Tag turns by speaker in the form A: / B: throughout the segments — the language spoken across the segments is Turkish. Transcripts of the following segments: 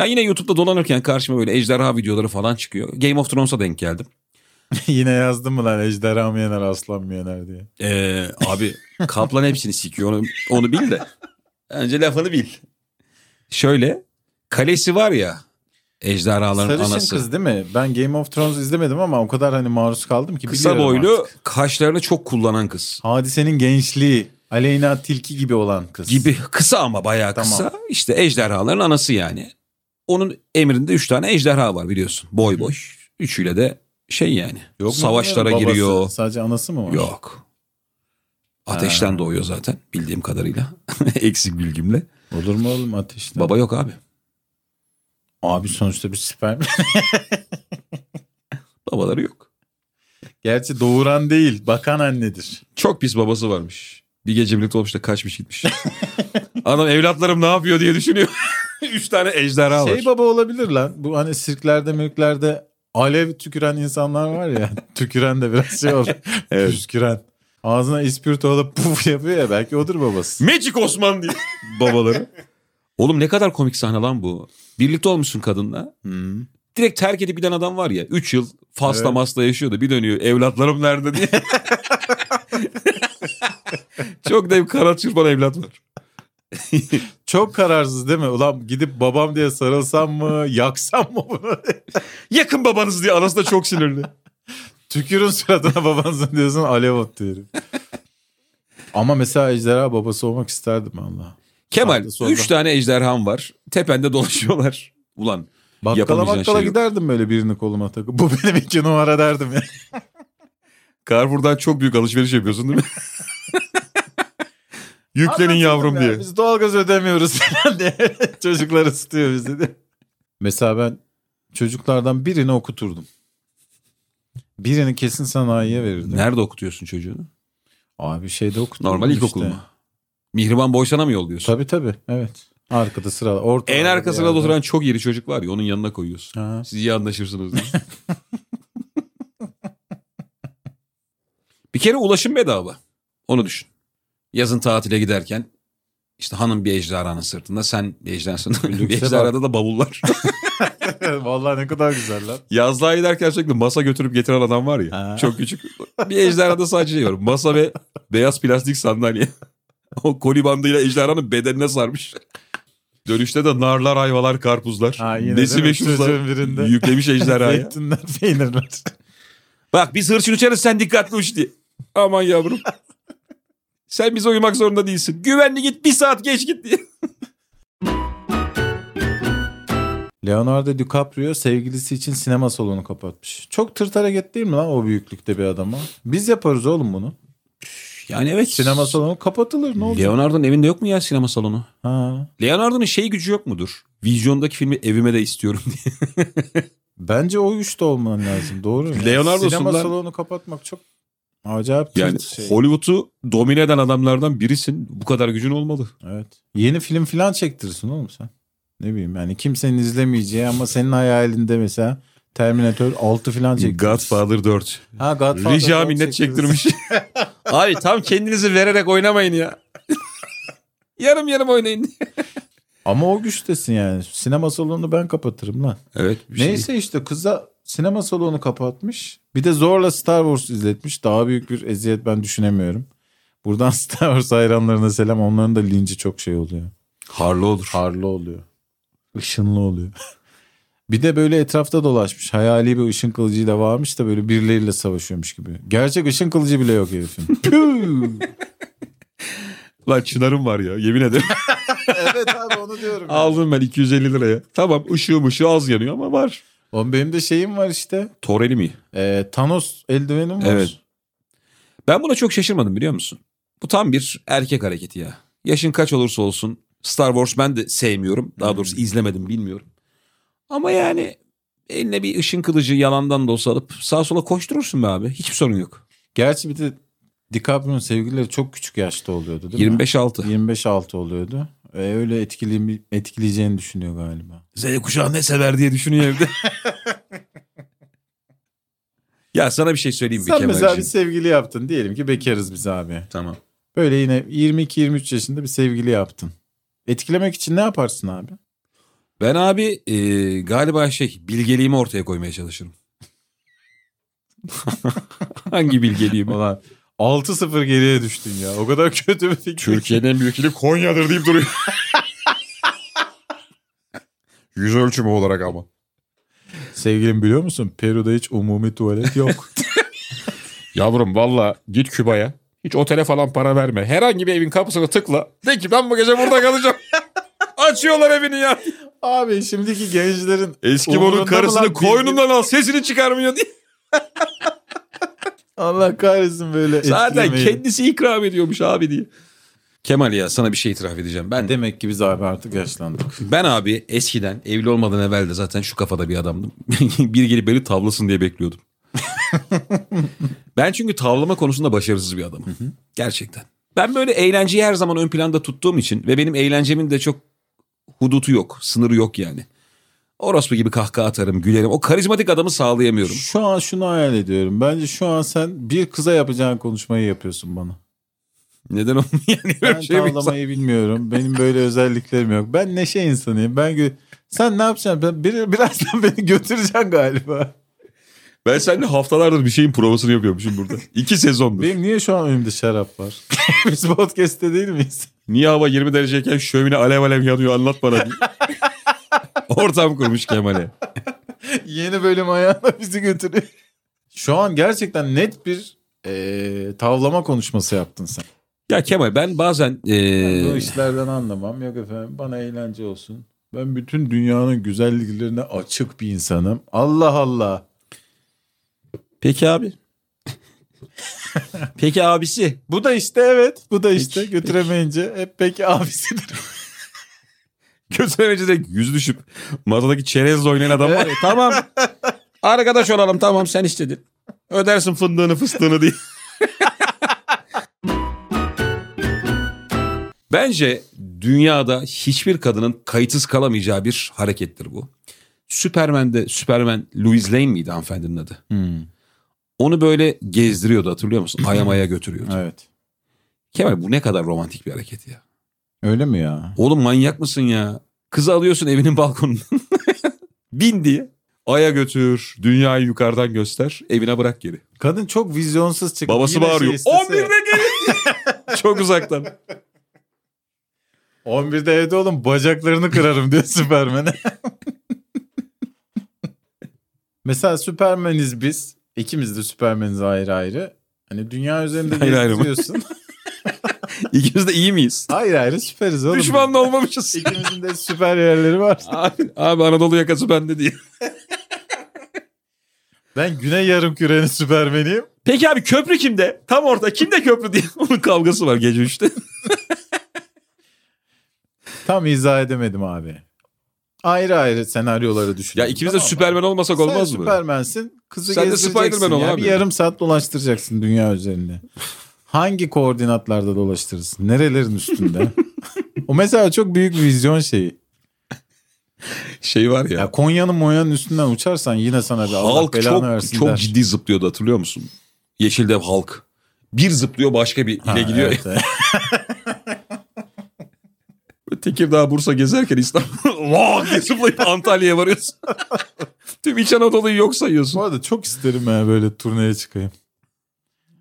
A: Ya yine YouTube'da dolanırken karşıma böyle ejderha videoları falan çıkıyor. Game of Thrones'a denk geldim.
B: Yine yazdın mı lan ejderha mı yener aslan mı yener diye.
A: Ee, abi kaplan hepsini sikiyor onu, onu bil de. Önce lafını bil. Şöyle kalesi var ya ejderhaların
B: Sarışın
A: anası.
B: kız değil mi? Ben Game of Thrones izlemedim ama o kadar hani maruz kaldım ki.
A: Kısa
B: biliyorum
A: boylu
B: artık.
A: kaşlarını çok kullanan kız.
B: Hadisenin gençliği. Aleyna Tilki gibi olan kız.
A: Gibi kısa ama bayağı
B: Tamam.
A: kısa. İşte ejderhaların anası yani. Onun emrinde üç tane ejderha var biliyorsun. Boy boy. Üçüyle de şey yani.
B: Yok mu
A: savaşlara
B: bunların babası?
A: giriyor.
B: Sadece anası mı var?
A: Yok. Ateşten doğuyor zaten bildiğim kadarıyla. Eksik bilgimle.
B: Olur mu oğlum ateşte?
A: Baba yok abi.
B: Abi sonuçta bir sperm.
A: Babaları yok.
B: Gerçi doğuran değil bakan annedir.
A: Çok pis babası varmış. Bir gece birlikte olmuş da kaçmış gitmiş. Adam evlatlarım ne yapıyor diye düşünüyor. Üç tane ejderha var.
B: Şey baba olabilir lan. Bu hani sirklerde mülklerde alev tüküren insanlar var ya. tüküren de biraz şey olur.
A: Evet.
B: Püsküren. Ağzına ispirto alıp puf yapıyor ya belki odur babası.
A: Magic Osman diye babaları. Oğlum ne kadar komik sahne lan bu. Birlikte olmuşsun kadınla.
B: Hmm.
A: Direkt terk edip giden adam var ya. Üç yıl fasla
B: Evet.
A: masla yaşıyordu. Bir dönüyor evlatlarım nerede diye. Çok da bir kara çırpan evlat var.
B: Çok kararsız değil mi? Ulan gidip babam diye sarılsam mı? yaksam mı bunu?
A: Yakın babanız diye anası da çok sinirli.
B: Tükürün suratına babanızın diyorsun alev attı herif. Ama mesela ejderha babası olmak isterdim Allah.
A: Kemal
B: Sağda, solda.
A: üç tane ejderhan var. Tepende dolaşıyorlar. Ulan
B: Bakkala
A: Yapamayacağın
B: bakkala
A: şey yok.
B: giderdim böyle birini koluma takıp. Bu benim iki numara derdim ya.
A: Carrefour'dan çok büyük alışveriş yapıyorsun değil mi? Yüklenin yavrum
B: Ya
A: diye.
B: Biz doğalgaz ödemiyoruz falan diye. Çocuklar ısıtıyor bizi diye. Mesela ben çocuklardan birini okuturdum. Birini kesin sanayiye verirdim.
A: Nerede okutuyorsun çocuğunu?
B: Abi şeyde okuturdum.
A: Normal ilkokul
B: işte.
A: mu? Mihriban Boysan'a mı yolluyorsun?
B: Tabii tabii evet. Arkada sırada. Orta
A: En arka
B: arkada
A: sırada
B: yerde.
A: oturan çok iri çocuk var ya onun yanına koyuyorsun.
B: Ha.
A: Siz iyi anlaşırsınız. diye. bir kere ulaşım bedava. Onu düşün. Yazın tatile giderken işte hanım bir ejderhanın sırtında sen bir ejderhanın bir
B: Lükse
A: ejderhada da bavullar.
B: Vallahi ne kadar güzel lan.
A: Yazlığa giderken sürekli masa götürüp getiren adam var ya.
B: Ha.
A: Çok küçük. Bir ejderhada sadece şey var. Masa ve beyaz plastik sandalye. o koli bandıyla ejderhanın bedenine sarmış. Dönüşte de narlar, ayvalar, karpuzlar.
B: Ha, yine
A: nesi
B: değil mi?
A: meşhursa
B: Çocuğun birinde.
A: yüklemiş ejderhaya.
B: Zeytinler, peynirler.
A: Bak biz hırçın uçarız sen dikkatli uç diye. Aman yavrum. sen bize uyumak zorunda değilsin. Güvenli git bir saat geç git diye.
B: Leonardo DiCaprio sevgilisi için sinema salonu kapatmış. Çok tırt hareket değil mi lan o büyüklükte bir adama? Biz yaparız oğlum bunu.
A: Yani evet.
B: Sinema salonu kapatılır ne olacak?
A: Leonardo'nun evinde yok mu ya sinema salonu?
B: Ha.
A: Leonardo'nun şey gücü yok mudur? Vizyondaki filmi evime de istiyorum diye.
B: Bence o üçte olman lazım doğru mu?
A: Leonardo
B: Sinema
A: sunulan-
B: salonu kapatmak çok acayip tırt
A: Yani
B: şey.
A: Hollywood'u domine eden adamlardan birisin. Bu kadar gücün olmalı.
B: Evet. Yeni film filan çektirirsin oğlum sen. Ne bileyim yani kimsenin izlemeyeceği ama senin hayalinde mesela Terminator 6 filan çektirirsin.
A: Godfather 4.
B: Ha Godfather.
A: Rica
B: dört
A: minnet
B: çektirirsin.
A: çektirmiş. Abi tam kendinizi vererek oynamayın ya. yarım yarım oynayın.
B: Ama o güçtesin yani. Sinema salonunu ben kapatırım lan.
A: Evet. şey.
B: Neyse işte kıza sinema salonu kapatmış. Bir de zorla Star Wars izletmiş. Daha büyük bir eziyet ben düşünemiyorum. Buradan Star Wars hayranlarına selam. Onların da linci çok şey oluyor.
A: Harlı olur.
B: Harlı oluyor. Işınlı oluyor. bir de böyle etrafta dolaşmış. Hayali bir ışın kılıcıyla varmış da böyle birileriyle savaşıyormuş gibi. Gerçek ışın kılıcı bile yok herifin. Püh!
A: Lan çınarım var ya yemin ederim.
B: evet abi onu diyorum. ya.
A: Aldım ben 250 liraya. Tamam ışığım ışığı az yanıyor ama var.
B: Oğlum benim de şeyim var işte.
A: Toreli mi?
B: Ee, Thanos eldivenim var.
A: Evet. Ben buna çok şaşırmadım biliyor musun? Bu tam bir erkek hareketi ya. Yaşın kaç olursa olsun Star Wars ben de sevmiyorum. Daha doğrusu izlemedim bilmiyorum. Ama yani eline bir ışın kılıcı yalandan da olsa alıp sağa sola koşturursun be abi. Hiçbir sorun yok.
B: Gerçi bir de DiCaprio'nun sevgilileri çok küçük yaşta oluyordu değil mi?
A: 25-6.
B: 25-6 oluyordu. Ee, öyle etkili, etkileyeceğini düşünüyor galiba.
A: Z kuşağı ne sever diye düşünüyor evde. ya sana bir şey söyleyeyim mi
B: Sen mesela bir
A: Kemal'ciğim?
B: sevgili yaptın. Diyelim ki bekarız biz abi.
A: Tamam.
B: Böyle yine 22-23 yaşında bir sevgili yaptın. Etkilemek için ne yaparsın abi?
A: Ben abi e, galiba şey bilgeliğimi ortaya koymaya çalışırım. Hangi bilgeliğimi?
B: Ulan 6-0 geriye düştün ya. O kadar kötü bir fikir.
A: en büyük ili Konya'dır deyip duruyor.
C: Yüz ölçümü olarak ama.
B: Sevgilim biliyor musun? Peru'da hiç umumi tuvalet yok.
C: Yavrum valla git Küba'ya. Hiç otele falan para verme. Herhangi bir evin kapısına tıkla. De ki ben bu gece burada kalacağım. Açıyorlar evini ya.
B: Abi şimdiki gençlerin
C: Eski
B: Umurunda
C: bunun
B: mı
C: karısını
B: lan bilgi?
C: koynundan al sesini çıkarmıyor diye.
B: Allah kahretsin böyle
A: Zaten
B: etkilemeyi.
A: kendisi ikram ediyormuş abi diye. Kemal ya sana bir şey itiraf edeceğim. Ben
B: Demek ki biz abi artık yaşlandık.
A: ben abi eskiden evli olmadan evvel de zaten şu kafada bir adamdım. bir gelip beni tavlasın diye bekliyordum. ben çünkü tavlama konusunda başarısız bir adamım. Gerçekten. Ben böyle eğlenceyi her zaman ön planda tuttuğum için ve benim eğlencemin de çok hudutu yok, sınırı yok yani. Orospu gibi kahkaha atarım, gülerim. O karizmatik adamı sağlayamıyorum.
B: Şu an şunu hayal ediyorum. Bence şu an sen bir kıza yapacağın konuşmayı yapıyorsun bana.
A: Neden onu yani? öyle
B: Ben
A: şey mi-
B: tavlamayı bilmiyorum. Benim böyle özelliklerim yok. Ben neşe insanıyım. Ben gö- sen ne yapacaksın? Ben- bir- birazdan beni götüreceksin galiba.
A: Ben seninle haftalardır bir şeyin provasını yapıyormuşum burada. İki sezondur.
B: Benim niye şu an önümde şarap var? Biz podcast'te değil miyiz?
A: Niye hava 20 dereceyken şömine alev alev yanıyor anlat bana diye. Ortam kurmuş Kemal'e.
B: Yeni bölüm ayağına bizi götürüyor. Şu an gerçekten net bir eee, tavlama konuşması yaptın sen.
A: Ya Kemal ben bazen e,
B: Ben Bu
A: eee
B: işlerden anlamam. Yok efendim bana eğlence olsun. Ben bütün dünyanın güzelliklerine açık bir insanım. Allah Allah.
A: Peki abi. Peki abisi.
B: Bu da işte evet. Bu da işte
A: Peki,
B: götüremeyince hep peki abisidir.
A: Götüremeyince direkt yüz düşüp masadaki çerezle oynayan adam var ya. tamam. Arkadaş olalım tamam sen istedin. Ödersin fındığını fıstığını diye. Bence dünyada hiçbir kadının kayıtsız kalamayacağı bir harekettir bu. Superman'de Superman Louis Lane miydi hanımefendinin adı?
B: Hmm.
A: Onu böyle gezdiriyordu hatırlıyor musun? Ayamaya götürüyordu.
B: Evet.
A: Kemal bu ne kadar romantik bir hareket ya.
B: Öyle mi ya?
A: Oğlum manyak mısın ya? Kızı alıyorsun evinin balkonundan. Bin diye. Aya götür, dünyayı yukarıdan göster, evine bırak geri.
B: Kadın çok vizyonsuz çıktı.
A: Babası
B: Yine şey
A: bağırıyor.
B: istese-
A: 11'de gelin. Çok uzaktan.
B: 11'de evde oğlum bacaklarını kırarım diyor Süpermen'e. Mesela Süpermeniz biz. İkimiz de Süpermeniz ayrı ayrı. Hani dünya üzerinde
A: Ayrı ayrı mı?
B: geziyorsun.
A: İkimiz de iyi miyiz?
B: ayrı ayrı süperiz oğlum.
A: Düşman da olmamışız.
B: İkimizin de süper yerleri var.
A: abi, abi Anadolu yakası bende diye.
B: Ben güney yarım kürenin süpermeniyim.
A: Peki abi köprü kimde? Tam orta. Kimde köprü diye. Onun kavgası var gece 3'te.
B: Tam izah edemedim abi. Ayrı ayrı senaryoları düşün.
A: Ya ikimiz de Süperman olmasak olmaz
B: Sen
A: mı?
B: Süpermensin. Kızı
A: Sen de
B: gezdireceksin
A: Spiderman ol
B: ya.
A: abi.
B: Bir yarım saat dolaştıracaksın dünya üzerinde. Hangi koordinatlarda dolaştırırsın? Nerelerin üstünde? o mesela çok büyük bir vizyon şeyi.
A: Şey var
B: Ya Konya'nın Monya'nın üstünden uçarsan yine sana bir Allah
A: Halk
B: belanı
A: çok
B: versin
A: çok
B: der.
A: ciddi zıplıyordu hatırlıyor musun? Yeşildev Halk. Bir zıplıyor başka bir ile
B: Ha,
A: gidiyor.
B: evet, evet.
A: Tekirdağ Bursa gezerken İstanbul vah diye zıplayıp Antalya'ya varıyorsun. Tüm İç Anadolu'yu yok sayıyorsun.
B: Bu arada çok isterim ya böyle turneye çıkayım.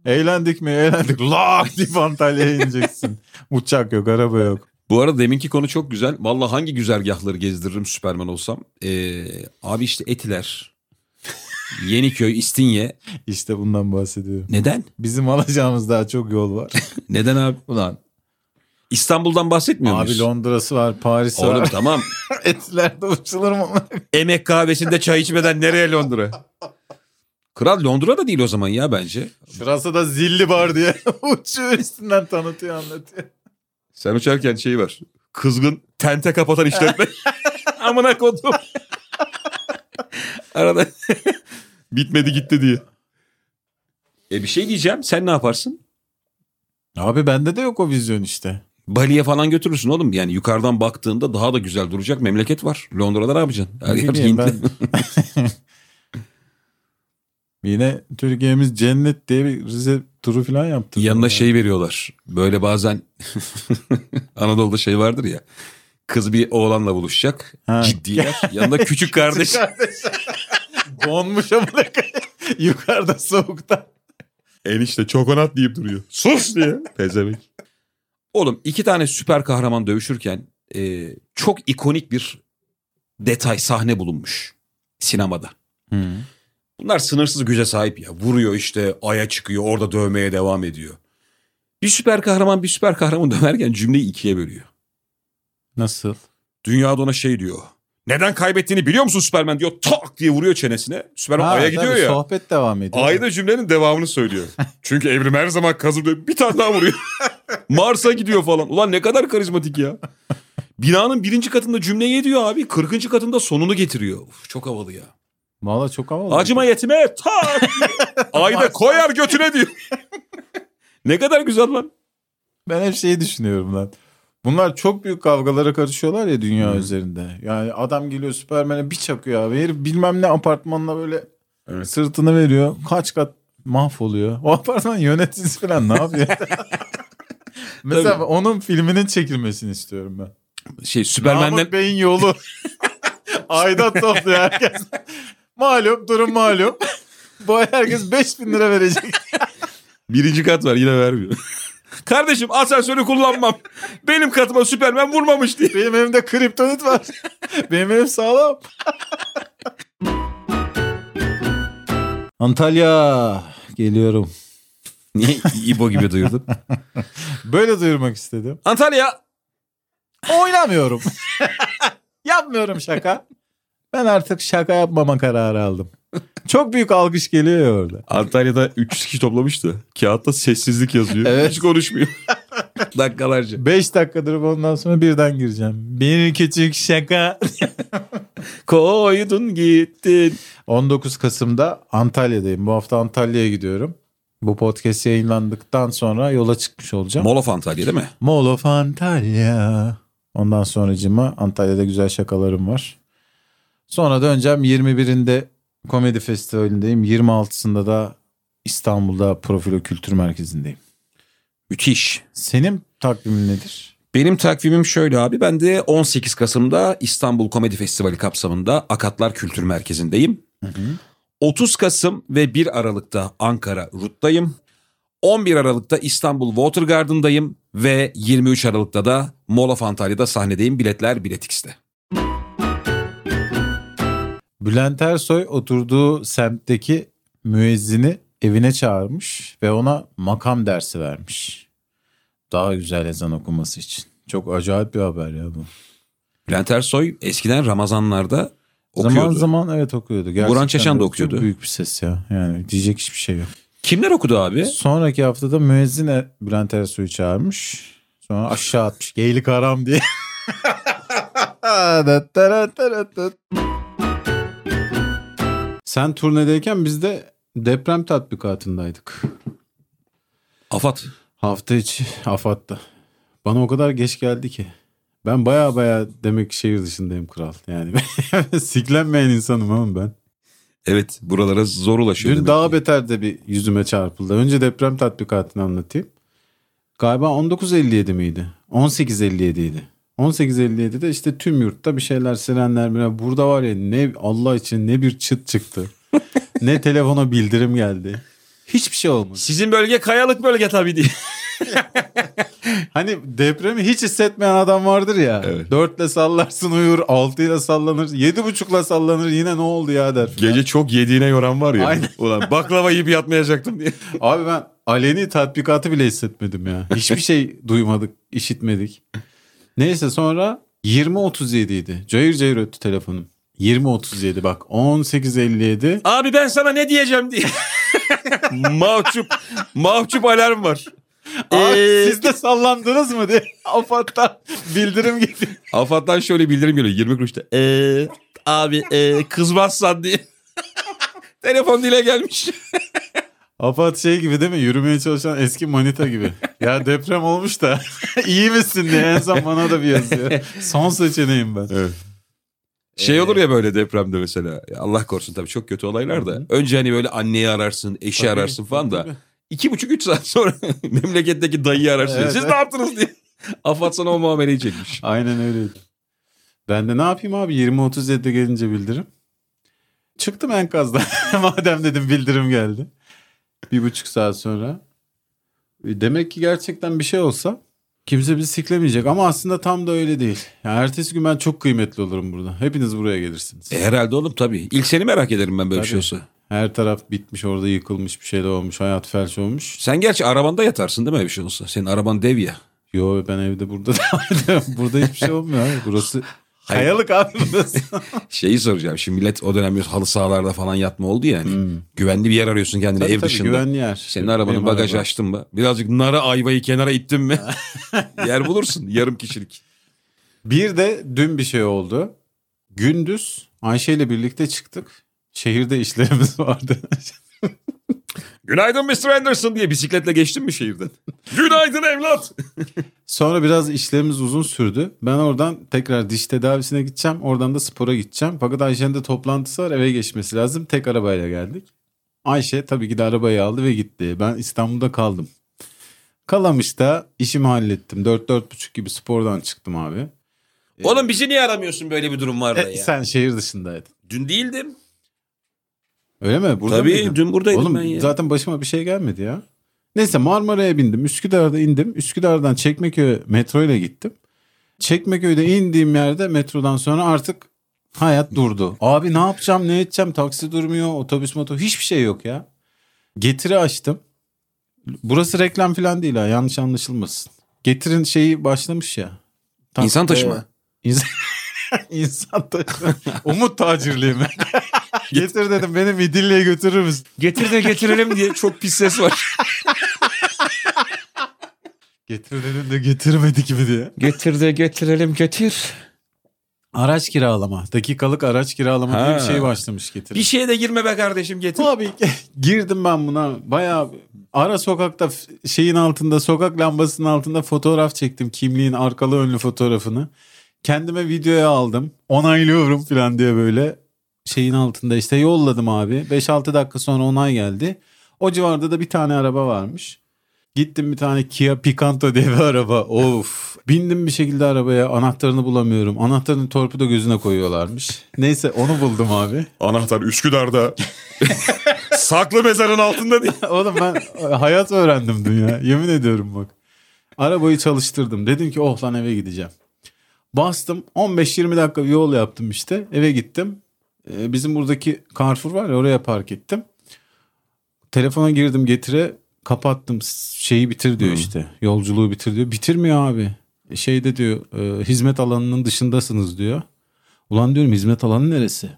B: Eğlendik mi eğlendik. Lak deyip Antalya'ya ineceksin. Uçak yok araba yok.
A: Bu arada deminki konu çok güzel. Vallahi hangi güzergahları gezdiririm Süperman olsam. Ee, abi işte Etiler, Yeniköy, İstinye.
B: İşte bundan bahsediyorum.
A: Neden?
B: Bizim alacağımız daha çok yol var.
A: Neden abi? Ulan. İstanbul'dan bahsetmiyor
B: Abi
A: muyuz?
B: Londra'sı var Paris
A: Oğlum
B: var.
A: tamam.
B: Etlerde uçulur mu?
A: Emek kahvesinde çay içmeden nereye Londra? Kral Londra da değil o zaman ya bence.
B: Şurası da zilli bar diye uçuyor üstünden tanıtıyor anlatıyor.
A: Sen uçarken şey var. Kızgın tente kapatan işletme. Amına kodum. Arada bitmedi gitti diye. E bir şey diyeceğim. Sen ne yaparsın?
B: Abi bende de yok o vizyon işte.
A: Bali'ye falan götürürsün oğlum. Yani yukarıdan baktığında daha da güzel duracak memleket var. Londra'da ne yapacaksın? Her
B: Ne
A: yer
B: bileyim
A: Hintli.
B: ben- Yine Türkiye'miz cennet diye bir Rize turu falan yaptım.
A: Yanına şey veriyorlar. Böyle bazen Anadolu'da şey vardır ya. Kız bir oğlanla buluşacak.
D: Ha.
A: Ciddiler. Yanında küçük kardeş.
D: Donmuş amına koyayım. Yukarıda soğukta.
C: Enişte çokonat deyip duruyor. Sus diye. Pezevenk.
A: Oğlum iki tane süper kahraman dövüşürken e, çok ikonik bir detay sahne bulunmuş sinemada.
B: Hmm.
A: Bunlar sınırsız güce sahip ya. Vuruyor işte aya çıkıyor orada dövmeye devam ediyor. Bir süper kahraman bir süper kahraman döverken cümleyi ikiye bölüyor.
D: Nasıl?
A: Dünya da ona şey diyor. Neden kaybettiğini biliyor musun Süpermen diyor. Tak diye vuruyor çenesine. Süpermen aya gidiyor
D: tabii,
A: ya.
D: Sohbet devam ediyor.
C: Ayda cümlenin devamını söylüyor. Çünkü evrim her zaman kazır bir tane daha vuruyor.
A: Mars'a gidiyor falan. Ulan ne kadar karizmatik ya. Binanın birinci katında cümleyi ediyor abi. Kırkıncı katında sonunu getiriyor. Uf, çok havalı ya.
D: Valla çok havalı.
A: Acıma yetime tak. diyor. Ayda koyar götüne diyor. ne kadar güzel lan.
D: Ben hep şeyi düşünüyorum lan. Bunlar çok büyük kavgalara karışıyorlar ya dünya
A: Hı.
D: üzerinde. Yani adam geliyor Süpermen'e bir çakıyor abi. Herif bilmem ne apartmanına böyle
A: Evet.
D: sırtını veriyor. Kaç kat mahvoluyor. O apartman yöneticisi falan ne yapıyor? Mesela
A: Tabii.
D: onun filminin çekilmesini istiyorum ben.
A: Şey
D: Namık Bey'in yolu. Aidat topluyor herkes. Malum durum malum. Bu ay herkes 5000 lira verecek.
A: birinci kat var yine vermiyor. Kardeşim asansörü kullanmam. Benim katıma Süpermen vurmamış diye.
D: Benim evimde kriptonit var. Benim evim sağlam. Antalya geliyorum.
A: Niye İbo gibi duyurdun?
D: Böyle duyurmak istedim.
A: Antalya.
D: Oynamıyorum. Yapmıyorum şaka. Ben artık şaka yapmama kararı aldım. Çok büyük algış geliyor ya orada.
A: Antalya'da 300 kişi toplamıştı. Kağıtta sessizlik yazıyor.
D: Evet.
A: Hiç konuşmuyor. Dakikalarca.
D: 5 dakika durup ondan sonra birden gireceğim. Bir küçük şaka.
A: Koydun gittin.
D: 19 Kasım'da Antalya'dayım. Bu hafta Antalya'ya gidiyorum. Bu podcast yayınlandıktan sonra yola çıkmış olacağım.
A: Molof Antalya değil mi?
D: Mall of Antalya. Ondan sonracıma Antalya'da güzel şakalarım var. Sonra döneceğim 21'inde komedi festivalindeyim. 26'sında da İstanbul'da Profilo Kültür Merkezi'ndeyim.
A: Müthiş.
D: Senin takvimin nedir?
A: Benim takvimim şöyle abi. Ben de 18 Kasım'da İstanbul Komedi Festivali kapsamında Akatlar Kültür Merkezi'ndeyim. 30 Kasım ve 1 Aralık'ta Ankara RUT'tayım. 11 Aralık'ta İstanbul Water Garden'dayım ve 23 Aralık'ta da Mola Antalya'da sahnedeyim. Biletler Biletix'te.
D: Bülent Ersoy oturduğu semtteki müezzini evine çağırmış ve ona makam dersi vermiş. Daha güzel ezan okuması için. Çok acayip bir haber ya bu.
A: Bülent Ersoy eskiden Ramazanlarda okuyordu.
D: Zaman zaman evet okuyordu.
A: Burhan Çeşen de
D: de çok
A: okuyordu.
D: büyük bir ses ya. Yani diyecek hiçbir şey yok.
A: Kimler okudu abi?
D: Sonraki haftada müezzin e- Bülent Ersoy'u çağırmış. Sonra aşağı atmış. Geylik haram diye.
B: Sen turnedeyken biz de deprem tatbikatındaydık.
A: Afat.
B: Hafta içi AFAD'da. Bana o kadar geç geldi ki. Ben baya baya demek ki şehir dışındayım kral. Yani siklenmeyen insanım ama ben.
A: Evet buralara zor ulaşıyor.
B: Dün
A: demek
B: daha
A: ki.
B: beter de bir yüzüme çarpıldı. Önce deprem tatbikatını anlatayım. Galiba 19.57 miydi? 18.57 idi. 18.57'de işte tüm yurtta bir şeyler sirenler bile burada var ya ne Allah için ne bir çıt çıktı. ne telefona bildirim geldi. Hiçbir şey olmadı.
A: Sizin bölge kayalık bölge tabii diye.
B: Hani depremi hiç hissetmeyen adam vardır ya.
C: Evet.
B: Dörtle sallarsın uyur, altıyla sallanır, yedi buçukla sallanır yine ne oldu ya der.
C: Gece çok yediğine yoran var ya.
B: Aynen.
C: Ulan baklava yiyip yatmayacaktım diye.
B: Abi ben aleni tatbikatı bile hissetmedim ya. Hiçbir şey duymadık, işitmedik. Neyse sonra 20.37 idi. Cayır cayır öttü telefonum. 20.37 bak 18.57
A: Abi ben sana ne diyeceğim diye. mahcup. Mahcup alarm var.
B: Abi
A: Ee,
B: siz de sallandınız mı diye afattan bildirim geldi.
A: Afat'tan şöyle bildirim geliyor 20 kuruşta. Eee abi eee kızmazsan diye. Telefon dile gelmiş.
B: Afat şey gibi değil mi? Yürümeye çalışan eski manita gibi. ya deprem olmuş da iyi misin diye en son bana da bir yazıyor. Son seçeneğim ben.
A: Şey olur ya böyle depremde mesela. Ya Allah korusun tabii çok kötü olaylar da. Önce hani böyle anneyi ararsın, eşi
C: şey
B: Tabii,
A: ararsın falan da.
B: tabii.
A: iki buçuk üç saat sonra memleketteki dayıyı ararsın.
B: Evet,
A: Siz
B: evet.
A: ne yaptınız diye. Afat sana o muameleyi çekmiş.
B: Aynen öyleydi. Ben de ne yapayım abi 20-37'de gelince bildirim. Çıktım enkazdan. Madem dedim bildirim geldi. Bir buçuk saat sonra. E, Demek ki gerçekten bir şey olsa kimse bizi siklemeyecek ama aslında tam da öyle değil. Yani ertesi gün ben çok kıymetli olurum burada. Hepiniz buraya gelirsiniz.
A: E, herhalde oğlum tabii. İlk seni merak ederim ben böyle bir şey
B: Tabii.
A: olsa.
B: Her taraf bitmiş orada yıkılmış bir şeyler olmuş hayat felç olmuş.
A: Sen gerçi arabanda yatarsın değil mi öyle bir şey olsa? Senin araban dev ya.
B: Yo ben evde burada burada hiçbir şey olmuyor abi. Burası kayalık abi burası.
A: Şeyi soracağım. Şimdi millet o dönem biliyorsun halı sahalarda falan yatma oldu ya. hani. Güvenli bir yer arıyorsun kendine
B: Tabii
A: ev
B: tabii,
A: dışında.
B: güvenli yer.
A: Senin arabanın
B: Benim
A: bagajı
B: araba.
A: açtın mı? Birazcık nara ayvayı kenara ittin mi? yer bulursun yarım kişilik.
B: Bir de dün bir şey oldu. Gündüz Ayşe ile birlikte çıktık. Şehirde işlerimiz vardı.
A: Günaydın Mr. Anderson diye bisikletle geçtin mi şehirden? Günaydın evlat.
B: Sonra biraz işlerimiz uzun sürdü. Ben oradan tekrar diş tedavisine gideceğim. Oradan da spora gideceğim. Fakat Ayşe'nin de toplantısı var eve geçmesi lazım. Tek arabayla geldik. Ayşe tabii ki de arabayı aldı ve gitti. Ben İstanbul'da kaldım. Kalamış'ta işimi hallettim. 4-4.30 gibi spordan çıktım abi.
A: Oğlum bizi niye aramıyorsun böyle bir durum var da
B: E,
A: ya?
B: sen şehir dışındaydın.
A: Dün değildim.
B: Öyle mi? Burada
A: Tabii
B: mıydın?
A: dün buradaydım
B: Oğlum
A: ben ya.
B: zaten başıma bir şey gelmedi ya. Neyse Marmara'ya bindim. Üsküdar'da indim. Üsküdar'dan Çekmeköy metro ile gittim. Çekmeköy'de indiğim yerde metrodan sonra artık hayat durdu. Abi ne yapacağım ne edeceğim taksi durmuyor otobüs motor hiçbir şey yok ya. Getiri açtım. Burası reklam falan değil ha yanlış anlaşılmasın. Getirin şeyi başlamış ya. Tak-
A: İnsan taşıma.
B: Ee, İnsan, insan taşıma. Umut tacirliği mi? Getir dedim beni Midilli'ye götürür müsün?
A: Getir de getirelim diye çok pis ses var.
B: Getir dedim de getirmedi gibi diye.
A: Getir de getirelim getir.
B: Araç kiralama. Dakikalık araç kiralama diye bir
A: Ha.
B: şey başlamış getir.
A: Bir şeye de girme be kardeşim getir.
B: Abi girdim ben buna. Bayağı ara sokakta f- şeyin altında sokak lambasının altında fotoğraf çektim. Kimliğin arkalı önlü fotoğrafını. Kendime videoya aldım. Onaylıyorum falan diye böyle şeyin altında işte yolladım abi. 5-6 dakika sonra onay geldi. O civarda da bir tane araba varmış. Gittim bir tane Kia Picanto diye bir araba. Of. Bindim bir şekilde arabaya. Anahtarını bulamıyorum. Anahtarını torpido gözüne koyuyorlarmış. Neyse onu buldum abi.
C: Anahtar Üsküdar'da. Saklı mezarın altında değil.
B: Oğlum ben hayat öğrendim dün ya. Yemin ediyorum bak. Arabayı çalıştırdım. Dedim ki oh lan eve gideceğim. Bastım 15-20 dakika bir yol yaptım işte. Eve gittim. Ee, bizim buradaki Carrefour var ya oraya park ettim. Telefona girdim getire kapattım şeyi bitir diyor işte. Yolculuğu bitir diyor. Bitirmiyor abi. E, Şeyde diyor e, hizmet alanının dışındasınız diyor. Ulan diyorum hizmet alanı neresi?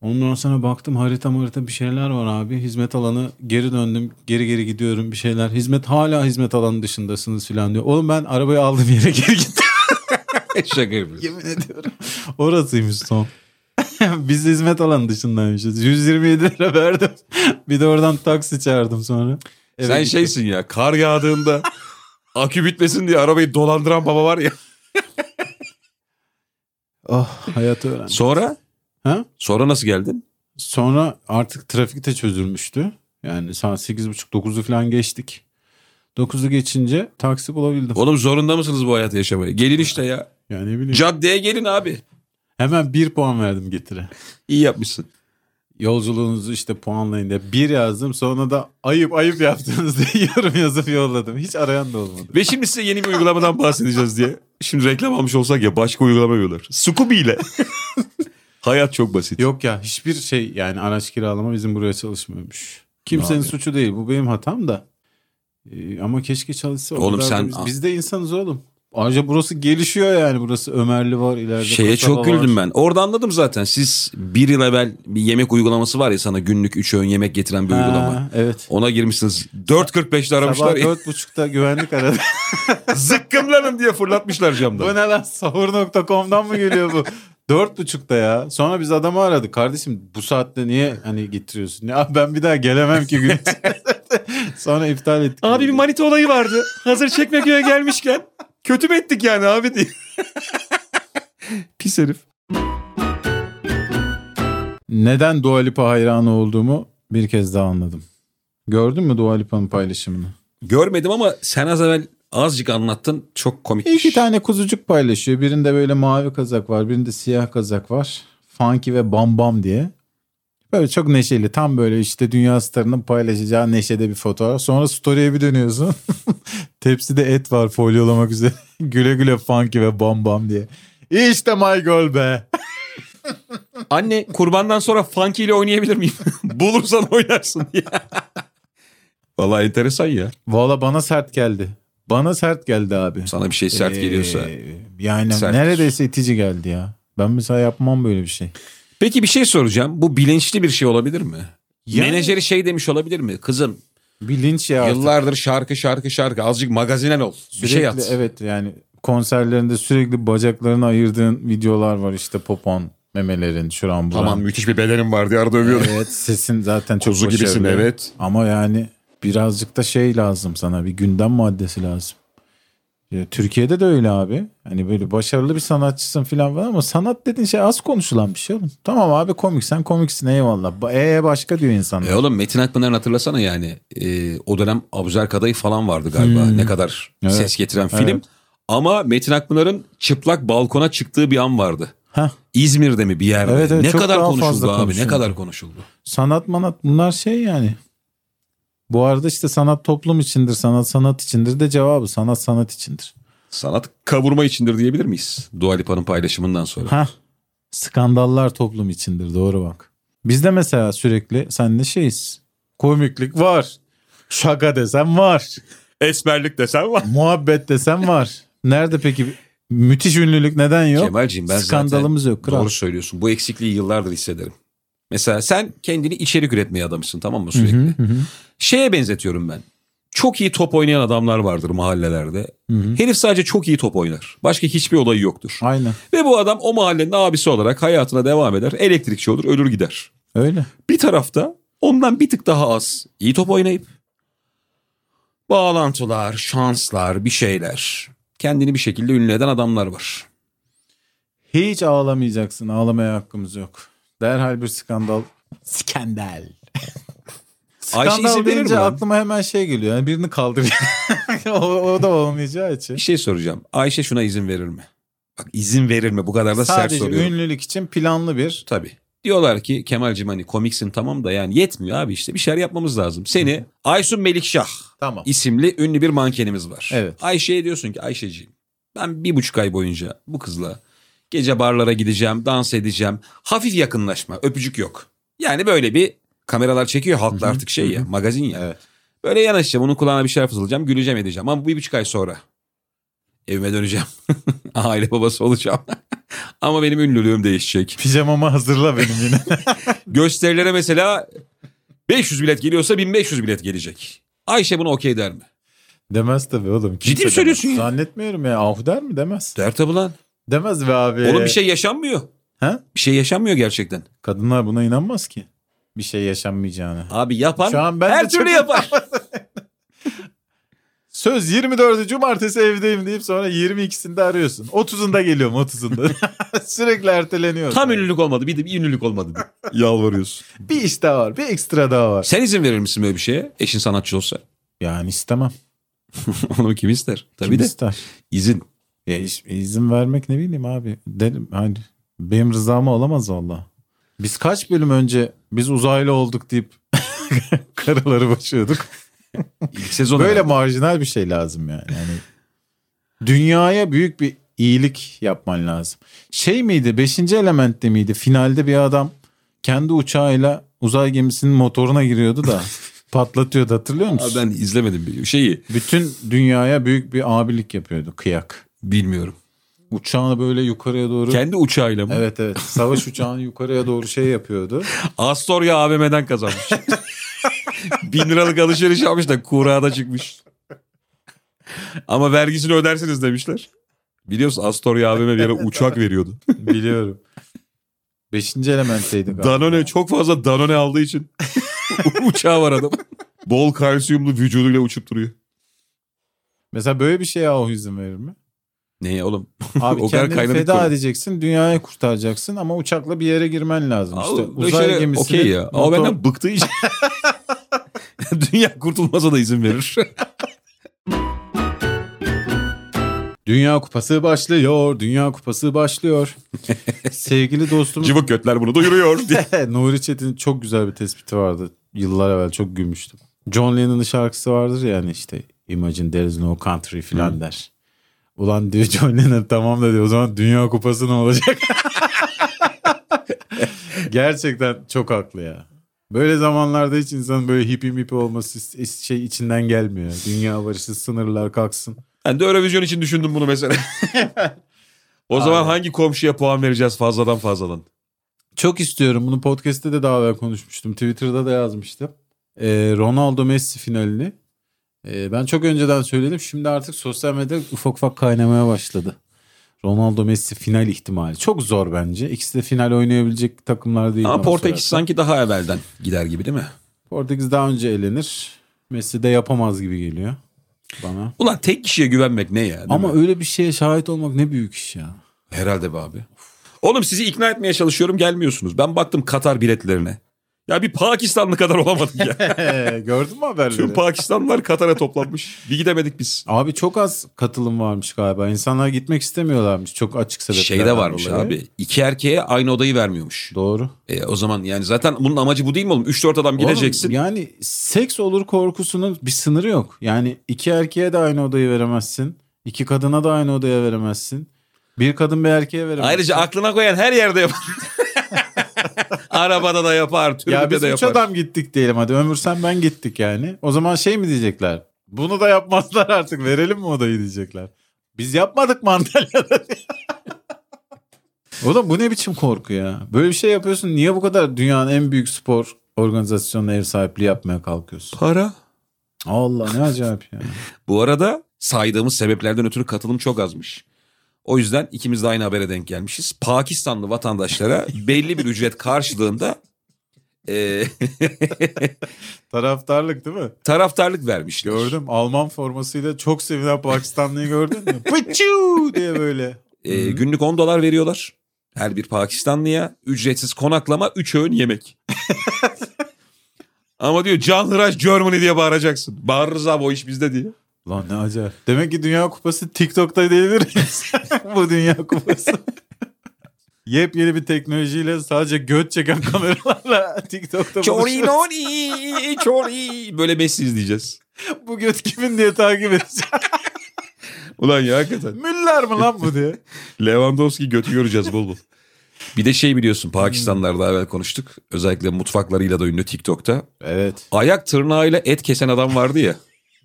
B: Ondan sonra baktım harita harita bir şeyler var abi. Hizmet alanı geri döndüm. Geri geri gidiyorum bir şeyler. Hizmet hala hizmet alanı dışındasınız filan diyor. Oğlum ben arabayı aldım yere geri gittim.
A: Şaka yapıyorum.
B: Yemin ediyorum. Orasıymış son. Biz hizmet alanı dışındaymışız. 127 lira verdim. bir de oradan taksi çağırdım sonra. Eve
A: Sen şey-
B: gittim.
A: şeysin ya kar yağdığında akü bitmesin diye arabayı dolandıran baba var ya.
B: Oh hayatı öğrendim.
A: Sonra?
B: Ha?
A: Sonra nasıl geldin?
B: Sonra artık trafik de çözülmüştü. Yani saat 8.30-9'u falan geçtik. 9'u geçince taksi bulabildim.
A: Oğlum zorunda mısınız bu hayatı yaşamaya? Gelin işte ya.
B: Yani ne bileyim.
A: Caddeye gelin abi.
B: Hemen bir puan verdim getire.
A: İyi yapmışsın.
B: Yolculuğunuzu işte puanlayın diye bir yazdım. Sonra da ayıp ayıp yaptınız diye yorum yazıp yolladım. Hiç arayan da olmadı.
A: Ve şimdi size yeni bir uygulamadan bahsedeceğiz diye. Şimdi reklam almış olsak ya başka uygulama yiyorlar. Scooby ile. Hayat çok basit.
B: Yok ya hiçbir şey yani araç kiralama bizim buraya çalışmıyormuş. Kimsenin
A: Abi.
B: suçu değil. Bu benim hatam da. Ee, ama keşke çalışsa. o
A: Oğlum
B: kadar da
A: sen-
B: Biz, biz de insanız oğlum. Ayrıca burası gelişiyor yani. Burası Ömerli var ileride.
A: Şeye
B: kasaba
A: çok
B: var.
A: güldüm ben. Orada anladım zaten. Siz bir yıl evvel bir yemek uygulaması var ya sana günlük 3 öğün yemek getiren bir
B: Ha,
A: uygulama.
B: evet.
A: Ona girmişsiniz. 4.45'te
B: Sabah
A: aramışlar. ya.
B: dört buçukta güvenlik aradı.
A: Zıkkımlanın diye fırlatmışlar
B: Bu ne
A: camdan.
B: lan sahur.com'dan mı geliyor bu? Dört buçukta ya. Sonra biz adamı aradık. Kardeşim bu saatte niye hani getiriyorsun? Ya ben bir daha gelemem ki gün. Sonra iptal ettik.
A: manita olayı vardı. Hazır Çekmeköy'e gelmişken. Kötü mü ettik yani abi diye. Pis herif.
B: Neden Dua Lipa hayranı olduğumu bir kez daha anladım. Gördün mü Dua Lipa'nın paylaşımını?
A: Görmedim ama sen az evvel Azıcık anlattın çok komikmiş.
D: İki
B: İki
D: tane
B: tane kuzucuk paylaşıyor. Birinde böyle mavi kazak var, birinde siyah kazak var. Funky ve Bam Bam diye. Böyle çok neşeli. Tam böyle işte dünya starının paylaşacağı neşede bir fotoğraf. Sonra story'e bir dönüyorsun. Tepside et var folyolamak üzere. güle güle Funky ve Bam Bam diye. İşte my girl be.
A: Anne kurbandan sonra funky ile oynayabilir miyim? Bulursan oynarsın diye. Vallahi enteresan ya.
D: Valla bana sert geldi.
B: Bana sert geldi abi.
A: Sana bir şey sert
B: Ee,
A: geliyorsa.
B: yani
A: sert.
B: neredeyse itici geldi ya. Ben mesela yapmam böyle bir şey.
A: Peki bir şey soracağım. Bu bilinçli bir şey olabilir mi?
B: Yani-
A: Menajeri şey demiş olabilir mi? Kızım
B: Bilinç ya. artık.
A: yıllardır şarkı şarkı şarkı azıcık magazinel ol. bir şey
B: Sürekli-
A: at.
B: Evet yani konserlerinde sürekli bacaklarını ayırdığın videolar var işte popon memelerin şuran buran.
C: Aman müthiş bir bedenim var diye arada övüyorum.
B: Evet sesin zaten çok
C: Kuzu gibisin
B: başarılı.
C: evet.
B: Ama yani birazcık da şey lazım sana bir gündem maddesi lazım. Ya, Türkiye'de de öyle abi. Hani böyle başarılı bir sanatçısın falan var ama sanat dediğin şey az konuşulan bir şey oğlum. Tamam abi komik sen komiksin eyvallah. Ba- Ee başka diyor insanlar.
A: E oğlum Metin Akpınar'ın hatırlasana yani. E, o dönem Abuzer Kadayıf falan vardı galiba. Ne kadar
B: Hmm. Evet.
A: ses getiren
B: Evet.
A: film. Ama Metin Akpınar'ın çıplak balkona çıktığı bir an vardı.
B: Heh.
A: İzmir'de mi bir yerde?
B: Evet, evet,
A: ne
B: çok
A: kadar
B: daha
A: konuşuldu
B: fazla
A: abi? Ne
B: konuşuldu.
A: kadar konuşuldu?
B: Sanat manat bunlar şey yani. Bu arada işte sanat toplum içindir, sanat sanat içindir de cevabı sanat sanat içindir.
A: Sanat kavurma içindir diyebilir miyiz? Dua Lipa'nın paylaşımından sonra.
B: Ha. Skandallar toplum içindir doğru bak. Bizde mesela sürekli senle şeyiz. Komiklik var. Şaka desem var.
A: Esmerlik desen var.
B: Muhabbet desem var. Nerede peki müthiş ünlülük neden yok?
A: Kemal'cim ben zaten
B: Skandalımız yok kral.
A: doğru söylüyorsun. Bu eksikliği yıllardır hissederim. Mesela sen kendini içerik üretmeye adamısın tamam mı sürekli? Şeye benzetiyorum ben. Çok iyi top oynayan adamlar vardır mahallelerde. Herif sadece çok iyi top oynar. Başka hiçbir olayı yoktur.
B: Aynen
A: Ve bu adam o mahallenin abisi olarak hayatına devam eder. Elektrikçi olur, ölür gider.
B: öyle.
A: Bir tarafta ondan bir tık daha az iyi top oynayıp bağlantılar, şanslar, bir şeyler. Kendini bir şekilde ünlü eden adamlar var.
B: Hiç ağlamayacaksın. Ağlamaya hakkımız yok. Derhal bir skandal. Skandal.
A: Ayşe
B: Skandal
A: isim verir mi
B: deyince
A: lan?
B: aklıma hemen şey geliyor. Yani birini kaldır. o, o da olmayacağı için.
A: Bir şey soracağım. Ayşe şuna izin verir mi? Bak izin verir mi? Bu kadar da sert
B: Sadece
A: soruyorum.
B: ünlülük için planlı bir
A: Tabii. Diyorlar ki Kemal'cim hani komiksin tamam da yani yetmiyor abi işte bir şeyler yapmamız lazım. Seni Aysun Melikşah
B: tamam.
A: isimli ünlü bir mankenimiz var.
B: Evet.
A: Ayşe'ye diyorsun ki Ayşeciğim ben bir buçuk ay boyunca bu kızla gece barlara gideceğim, dans edeceğim. Hafif yakınlaşma, öpücük yok. Yani böyle bir kameralar çekiyor halkla artık şey ya, magazin ya.
B: Evet.
A: Böyle yanaşacağım, onun kulağına bir şeyler fısıldayacağım, güleceğim edeceğim. Ama bir buçuk ay sonra evime döneceğim. Aile babası olacağım. Ama benim ünlülüğüm değişecek.
B: Pijamamı hazırla benim yine.
A: Gösterilere mesela 500 bilet geliyorsa 1500 bilet gelecek. Ayşe buna okey der mi?
B: demez tabii oğlum.
A: Ciddi mi
B: demez.
A: söylüyorsun ya?
B: Zannetmiyorum ya. Ahu der mi? Demez.
A: Der tabi lan.
B: Demez be abi.
A: Oğlum bir şey yaşanmıyor.
B: Ha?
A: Bir şey yaşanmıyor gerçekten.
B: Kadınlar buna inanmaz ki. Bir şey yaşanmayacağını.
A: Abi yapan
B: Şu an ben de
A: her
B: çok-
A: türlü yapar.
B: Söz 24'ü cumartesi evdeyim deyip sonra 22'sinde arıyorsun. 30'unda geliyorum 30'unda. Sürekli erteleniyorsun.
A: Tam ünlülük olmadı bir de bir ünlülük olmadı. diye. Yalvarıyorsun.
B: Bir iş daha var. Bir ekstra daha var.
A: Sen izin verir misin böyle bir şeye? Eşin sanatçı olsa.
B: Yani istemem.
A: Onu kim ister? Tabii
B: Kim
A: de
B: ister?
A: izin.
B: Ya iş- izin vermek ne bileyim abi. Derim hani benim rızamı alamaz valla. Biz kaç bölüm önce biz uzaylı olduk deyip karıları başıyorduk.
A: İlk sezon
B: Böyle
A: herhalde.
B: marjinal bir şey lazım yani. yani. Dünyaya büyük bir iyilik yapman lazım. Şey miydi 5. elementte miydi? Finalde bir adam kendi uçağıyla uzay gemisinin motoruna giriyordu da patlatıyordu hatırlıyor
A: Abi
B: musun?
A: ben izlemedim bir şeyi.
B: Bütün dünyaya büyük bir abilik yapıyordu kıyak.
A: Bilmiyorum.
B: Uçağını böyle yukarıya doğru
A: Kendi uçağıyla mı?
B: Evet evet. Savaş uçağını yukarıya doğru şey yapıyordu.
A: Astorya AVM'den kazanmış. Bin liralık alışveriş yapmış da kurada çıkmış. Ama vergisini ödersiniz demişler. Biliyorsun Astorya AVM bir yere uçak veriyordu.
B: Biliyorum. Beşinci elementteydi galiba.
A: Danone çok fazla Danone aldığı için uçağı var adam. Bol kalsiyumlu vücuduyla uçup duruyor.
B: Mesela böyle bir şeye Ahu izin verir mi?
A: Neye oğlum?
B: Abi
A: O kadar
B: kendini
A: kaynadık
B: feda
A: konu.
B: edeceksin. Dünyayı kurtaracaksın ama uçakla bir yere girmen lazım. İşte
A: Abi,
B: uzay
A: şöyle
B: gemisini.
A: şey, Okey ya. Ama
B: motor-
A: benden bıktığı için. Dünya kurtulmasa da izin verir.
B: Dünya Kupası başlıyor, Dünya Kupası başlıyor. Sevgili dostumuz
C: Cıvık götler bunu duyuruyor diye.
B: Nuri Çetin'in çok güzel bir tespiti vardı. Yıllar evvel çok gülmüştüm. John Lennon'ın şarkısı vardır yani işte Imagine there is no country filan der. Ulan diyor John Lennon tamam da diyor o zaman Dünya Kupası ne olacak? Gerçekten çok haklı ya. Böyle zamanlarda hiç insanın böyle hippie mipi olması is- is- şey içinden gelmiyor. Dünya barışı sınırlar kalksın.
A: Ben de Eurovision için düşündüm bunu mesela. o zaman hangi komşuya puan vereceğiz fazladan fazladan?
B: Çok istiyorum. Bunu podcast'te de daha evvel konuşmuştum. Twitter'da da yazmıştım. Ee, Ronaldo Messi finalini. Ee, ben çok önceden söyledim. Şimdi artık sosyal medyada ufak ufak kaynamaya başladı. Ronaldo Messi final ihtimali. Çok zor bence. İkisi de final oynayabilecek takımlar değil.
A: Ama
B: bana
A: Portekiz
B: sorarsan.
A: sanki daha evvelden gider gibi değil mi?
B: Portekiz daha önce elenir. Messi de yapamaz gibi geliyor bana.
A: Ulan tek kişiye güvenmek ne ya? değil
B: Ama
A: mi?
B: öyle bir şeye şahit olmak ne büyük iş ya.
A: Herhalde be abi. Oğlum sizi ikna etmeye çalışıyorum gelmiyorsunuz. Ben baktım Katar biletlerine. Ya bir Pakistanlı kadar olamadık ya.
B: Gördün mü
A: Tüm
B: haberleri?
A: Pakistanlılar Katar'a toplanmış. Bir gidemedik biz.
B: Abi çok az katılım varmış galiba. İnsanlar gitmek istemiyorlarmış. Çok açık sebepler.
A: Şeyde Şey varmış abi. İki erkeğe aynı odayı vermiyormuş.
B: Doğru.
A: E, o zaman yani zaten bunun amacı bu değil mi oğlum? 3-4 adam gideceksin.
B: Oğlum, yani seks olur korkusunun bir sınırı yok. Yani iki erkeğe de aynı odayı veremezsin. İki kadına da aynı odaya veremezsin. Bir kadın bir erkeğe veremezsin.
A: Ayrıca aklına koyan her yerde yapar. Arabada da yapar,
B: ya
A: türbüde
B: biz
A: de
B: üç
A: yapar.
B: adam gittik diyelim hadi. Ömür sen ben gittik yani. O zaman şey mi diyecekler? Bunu da yapmazlar artık verelim mi odayı diyecekler. Biz yapmadık mı Antalya'da? Oğlum bu ne biçim korku ya? Böyle bir şey yapıyorsun. Niye bu kadar dünyanın en büyük spor organizasyonuna ev sahipliği yapmaya kalkıyorsun?
A: Para.
B: Allah ne acayip ya.
A: Bu arada saydığımız sebeplerden ötürü katılım çok azmış. O yüzden ikimiz de aynı habere denk gelmişiz. Pakistanlı vatandaşlara belli bir ücret karşılığında e,
B: Taraftarlık değil mi?
A: taraftarlık vermiş.
B: Gördüm. Alman formasıyla çok sevinen Pakistanlıyı gördün mü? Pıçu diye böyle.
A: E, günlük 10 dolar veriyorlar. Her bir Pakistanlıya ücretsiz konaklama, 3 öğün yemek. Ama diyor Can Hıraş Germany diye bağıracaksın. Bağırırız abi o iş bizde diye.
B: Lan ne acayip. Demek ki Dünya Kupası TikTok'ta diyebiliriz. Bu Dünya Kupası. Yepyeni bir teknolojiyle sadece göt çeken kameralarla TikTok'ta
A: Çori
B: buluşuyoruz.
A: noni, çori. Böyle Messi izleyeceğiz.
B: Bu göt kimin diye takip edeceğiz.
A: Ulan ya hakikaten.
B: Müller mi lan bu diye.
A: Lewandowski götü göreceğiz bol bol. Bir de şey biliyorsun Pakistanlar'da evvel konuştuk. Özellikle mutfaklarıyla da ünlü TikTok'ta.
B: Evet.
A: Ayak tırnağıyla et kesen adam vardı ya.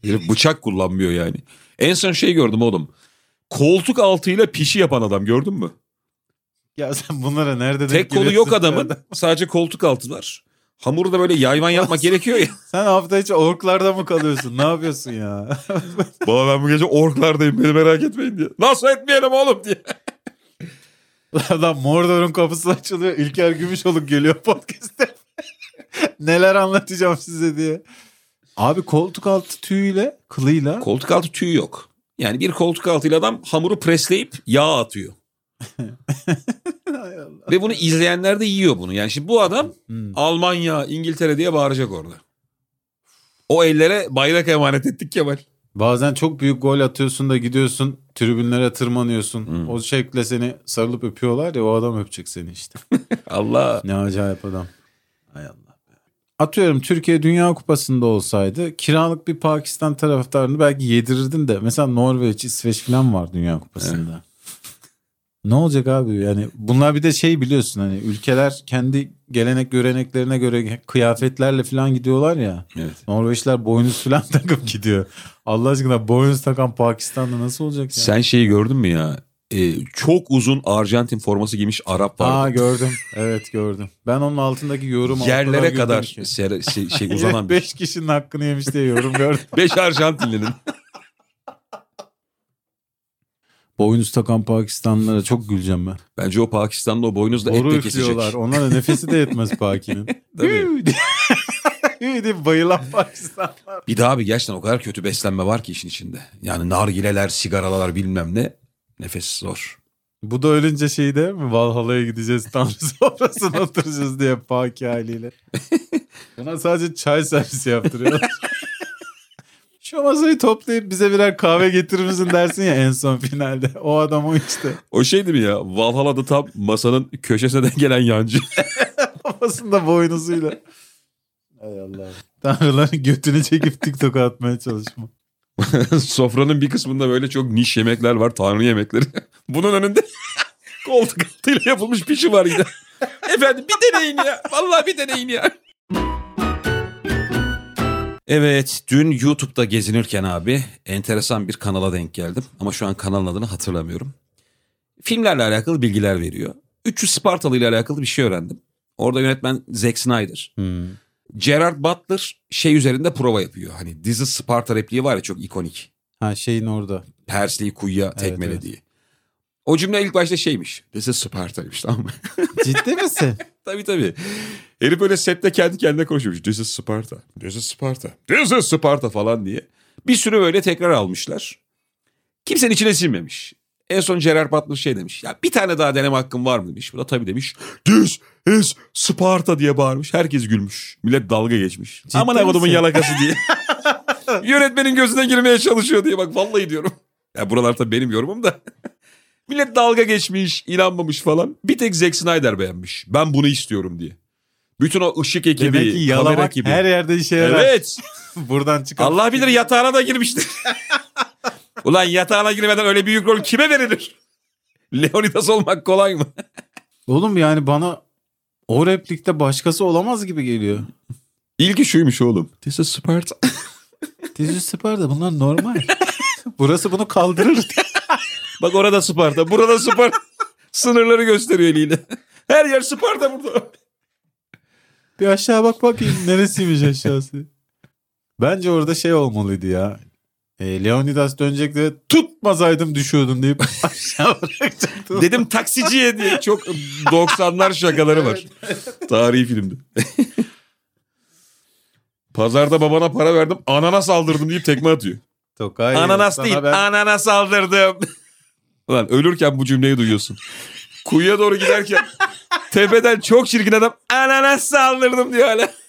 A: Herif bıçak kullanmıyor yani. En son şey gördüm oğlum. Koltuk altıyla pişi yapan adam gördün mü?
B: Ya sen bunlara nerede denk
A: Tek kolu
B: geliyorsun
A: yok
B: ya?
A: adamın. Sadece koltuk altı var. Hamuru da böyle yayvan yapmak gerekiyor ya.
B: Sen hafta içi orklarda mı kalıyorsun? ne yapıyorsun ya?
A: Baba ben bu gece orklardayım beni merak etmeyin diye. Nasıl etmeyelim oğlum diye.
B: Adam Mordor'un kapısı açılıyor. İlker Gümüşoluk geliyor podcast'te. Neler anlatacağım size diye. Abi koltuk altı tüyüyle, kılıyla
A: Koltuk altı tüyü yok. Yani bir koltuk altıyla adam hamuru presleyip yağ atıyor. Ve bunu izleyenler de yiyor bunu. Yani şimdi bu adam
B: Hmm.
A: Almanya, İngiltere diye bağıracak orada. O ellere bayrak emanet ettik Kemal.
B: Bazen çok büyük gol atıyorsun da gidiyorsun tribünlere tırmanıyorsun.
A: Hmm.
B: O şekle seni sarılıp öpüyorlar ya o adam öpecek seni işte.
A: Allah.
B: ne acayip adam. Hay Allah. be. Atıyorum Türkiye Dünya Kupası'nda olsaydı kiralık bir Pakistan taraftarını belki yedirirdin de mesela Norveç, İsveç falan var Dünya Kupası'nda. Ne olacak abi yani bunlar bir de şey biliyorsun hani ülkeler kendi gelenek göreneklerine göre kıyafetlerle falan gidiyorlar ya.
A: Evet.
B: Norveçler boynuz falan takıp gidiyor. Allah aşkına boynuz takan Pakistan'da nasıl olacak ya?
A: Sen şeyi gördün mü ya? Ee, çok uzun Arjantin forması giymiş Arap
B: Aa
A: vardı.
B: gördüm. Evet gördüm. Ben onun altındaki yorum
A: Yerlere kadar sere- şey, şey uzanan bir.
B: 5 kişinin hakkını yemiş diye yorum gördüm.
A: Beş Arjantinlinin.
B: boynuz takan Pakistanlılara çok güleceğim ben.
A: Bence o Pakistan'da o boynuzla et
B: Boru
A: de kesecek.
B: üflüyorlar. Onlara nefesi de yetmez Paki'nin.
A: Tabii.
B: Hüü diye- Hüü diye bayılan Pakistan.
A: Bir daha abi gerçekten o kadar kötü beslenme var ki işin içinde. Yani nargileler, sigaralar bilmem ne. Nefes zor.
B: Bu da ölünce şeyde mi? Valhalla'ya gideceğiz tam sonrasına oturacağız diye Paki haliyle. Buna sadece çay servisi yaptırıyorlar. Şu masayı toplayıp bize birer kahve getirir misin dersin ya en son finalde. O adam o işte.
A: O şey değil mi ya? Valhalla'da tam masanın köşesine de gelen yancı.
B: Kafasında boynuzuyla.
D: Hay Allah.
B: Tanrıların götünü çekip TikTok'a atmaya çalışma.
A: Sofranın bir kısmında böyle çok niş yemekler var. Tanrı yemekleri. Bunun önünde koltuk altıyla yapılmış pişi var yine. Efendim bir deneyin ya. Vallahi bir deneyin ya. Evet dün YouTube'da gezinirken abi enteresan bir kanala denk geldim. Ama şu an kanalın adını hatırlamıyorum. Filmlerle alakalı bilgiler veriyor. 300 Spartalı ile alakalı bir şey öğrendim. Orada yönetmen Zack Snyder. Gerard Butler şey üzerinde prova yapıyor. Hani dizi Sparta repliği var ya çok ikonik.
B: Ha şeyin orada.
A: Persli'yi kuyuya tekmelediği. O cümle ilk başta şeymiş. This is Sparta'ymış tamam mı?
B: Ciddi misin?
A: tabii tabii. Herif böyle sette kendi kendine konuşuyormuş. This is Sparta. This is Sparta. This is Sparta falan diye. Bir sürü böyle tekrar almışlar. Kimsenin içine sinmemiş. En son Gerard Butler şey demiş. Ya bir tane daha deneme hakkım var mı demiş. Bu da tabii demiş. This is Sparta diye bağırmış. Herkes gülmüş. Millet dalga geçmiş. Aman akodumun
B: misin?
A: yalakası diye. Yönetmenin gözüne girmeye çalışıyor diye bak vallahi diyorum. Ya buralar tabii benim yorumum da. Millet dalga geçmiş, inanmamış falan. Bir tek Zack Snyder beğenmiş. Ben bunu istiyorum diye. Bütün o ışık ekibi,
B: Demek ki
A: kamera
B: yalamak
A: ekibi.
B: her yerde işe yarar.
A: evet.
B: Buradan çıkan.
A: Allah bilir yatağına da girmiştir. Ulan yatağına girmeden öyle büyük rol kime verilir? Leonidas olmak kolay mı?
B: Oğlum yani bana o replikte başkası olamaz gibi geliyor.
A: İlki şuymuş oğlum. This is Sparta.
B: Dizi süper de bunlar normal. Burası bunu kaldırır.
A: Bak orada Sparta, burada Sparta. Sınırları gösteriyor eliyle. Her yer Sparta burada.
B: Bir aşağı bak bakayım neresiymiş aşağısı. Bence orada şey olmalıydı ya. E, Leonidas dönecek de tutmasaydım düşüyordum deyip aşağı bırakacaktı.
A: Dedim taksiciye diye. Çok 90'lar şakaları var. Tarihi filmde. Pazarda babana para verdim ananas aldırdım deyip tekme atıyor.
B: Tokay,
A: ananas
B: sana
A: değil
B: ben-
A: ananas aldırdım. Ulan ölürken bu cümleyi duyuyorsun. Kuyuya doğru giderken tepeden çok çirkin adam ananas aldırdım diyor hala.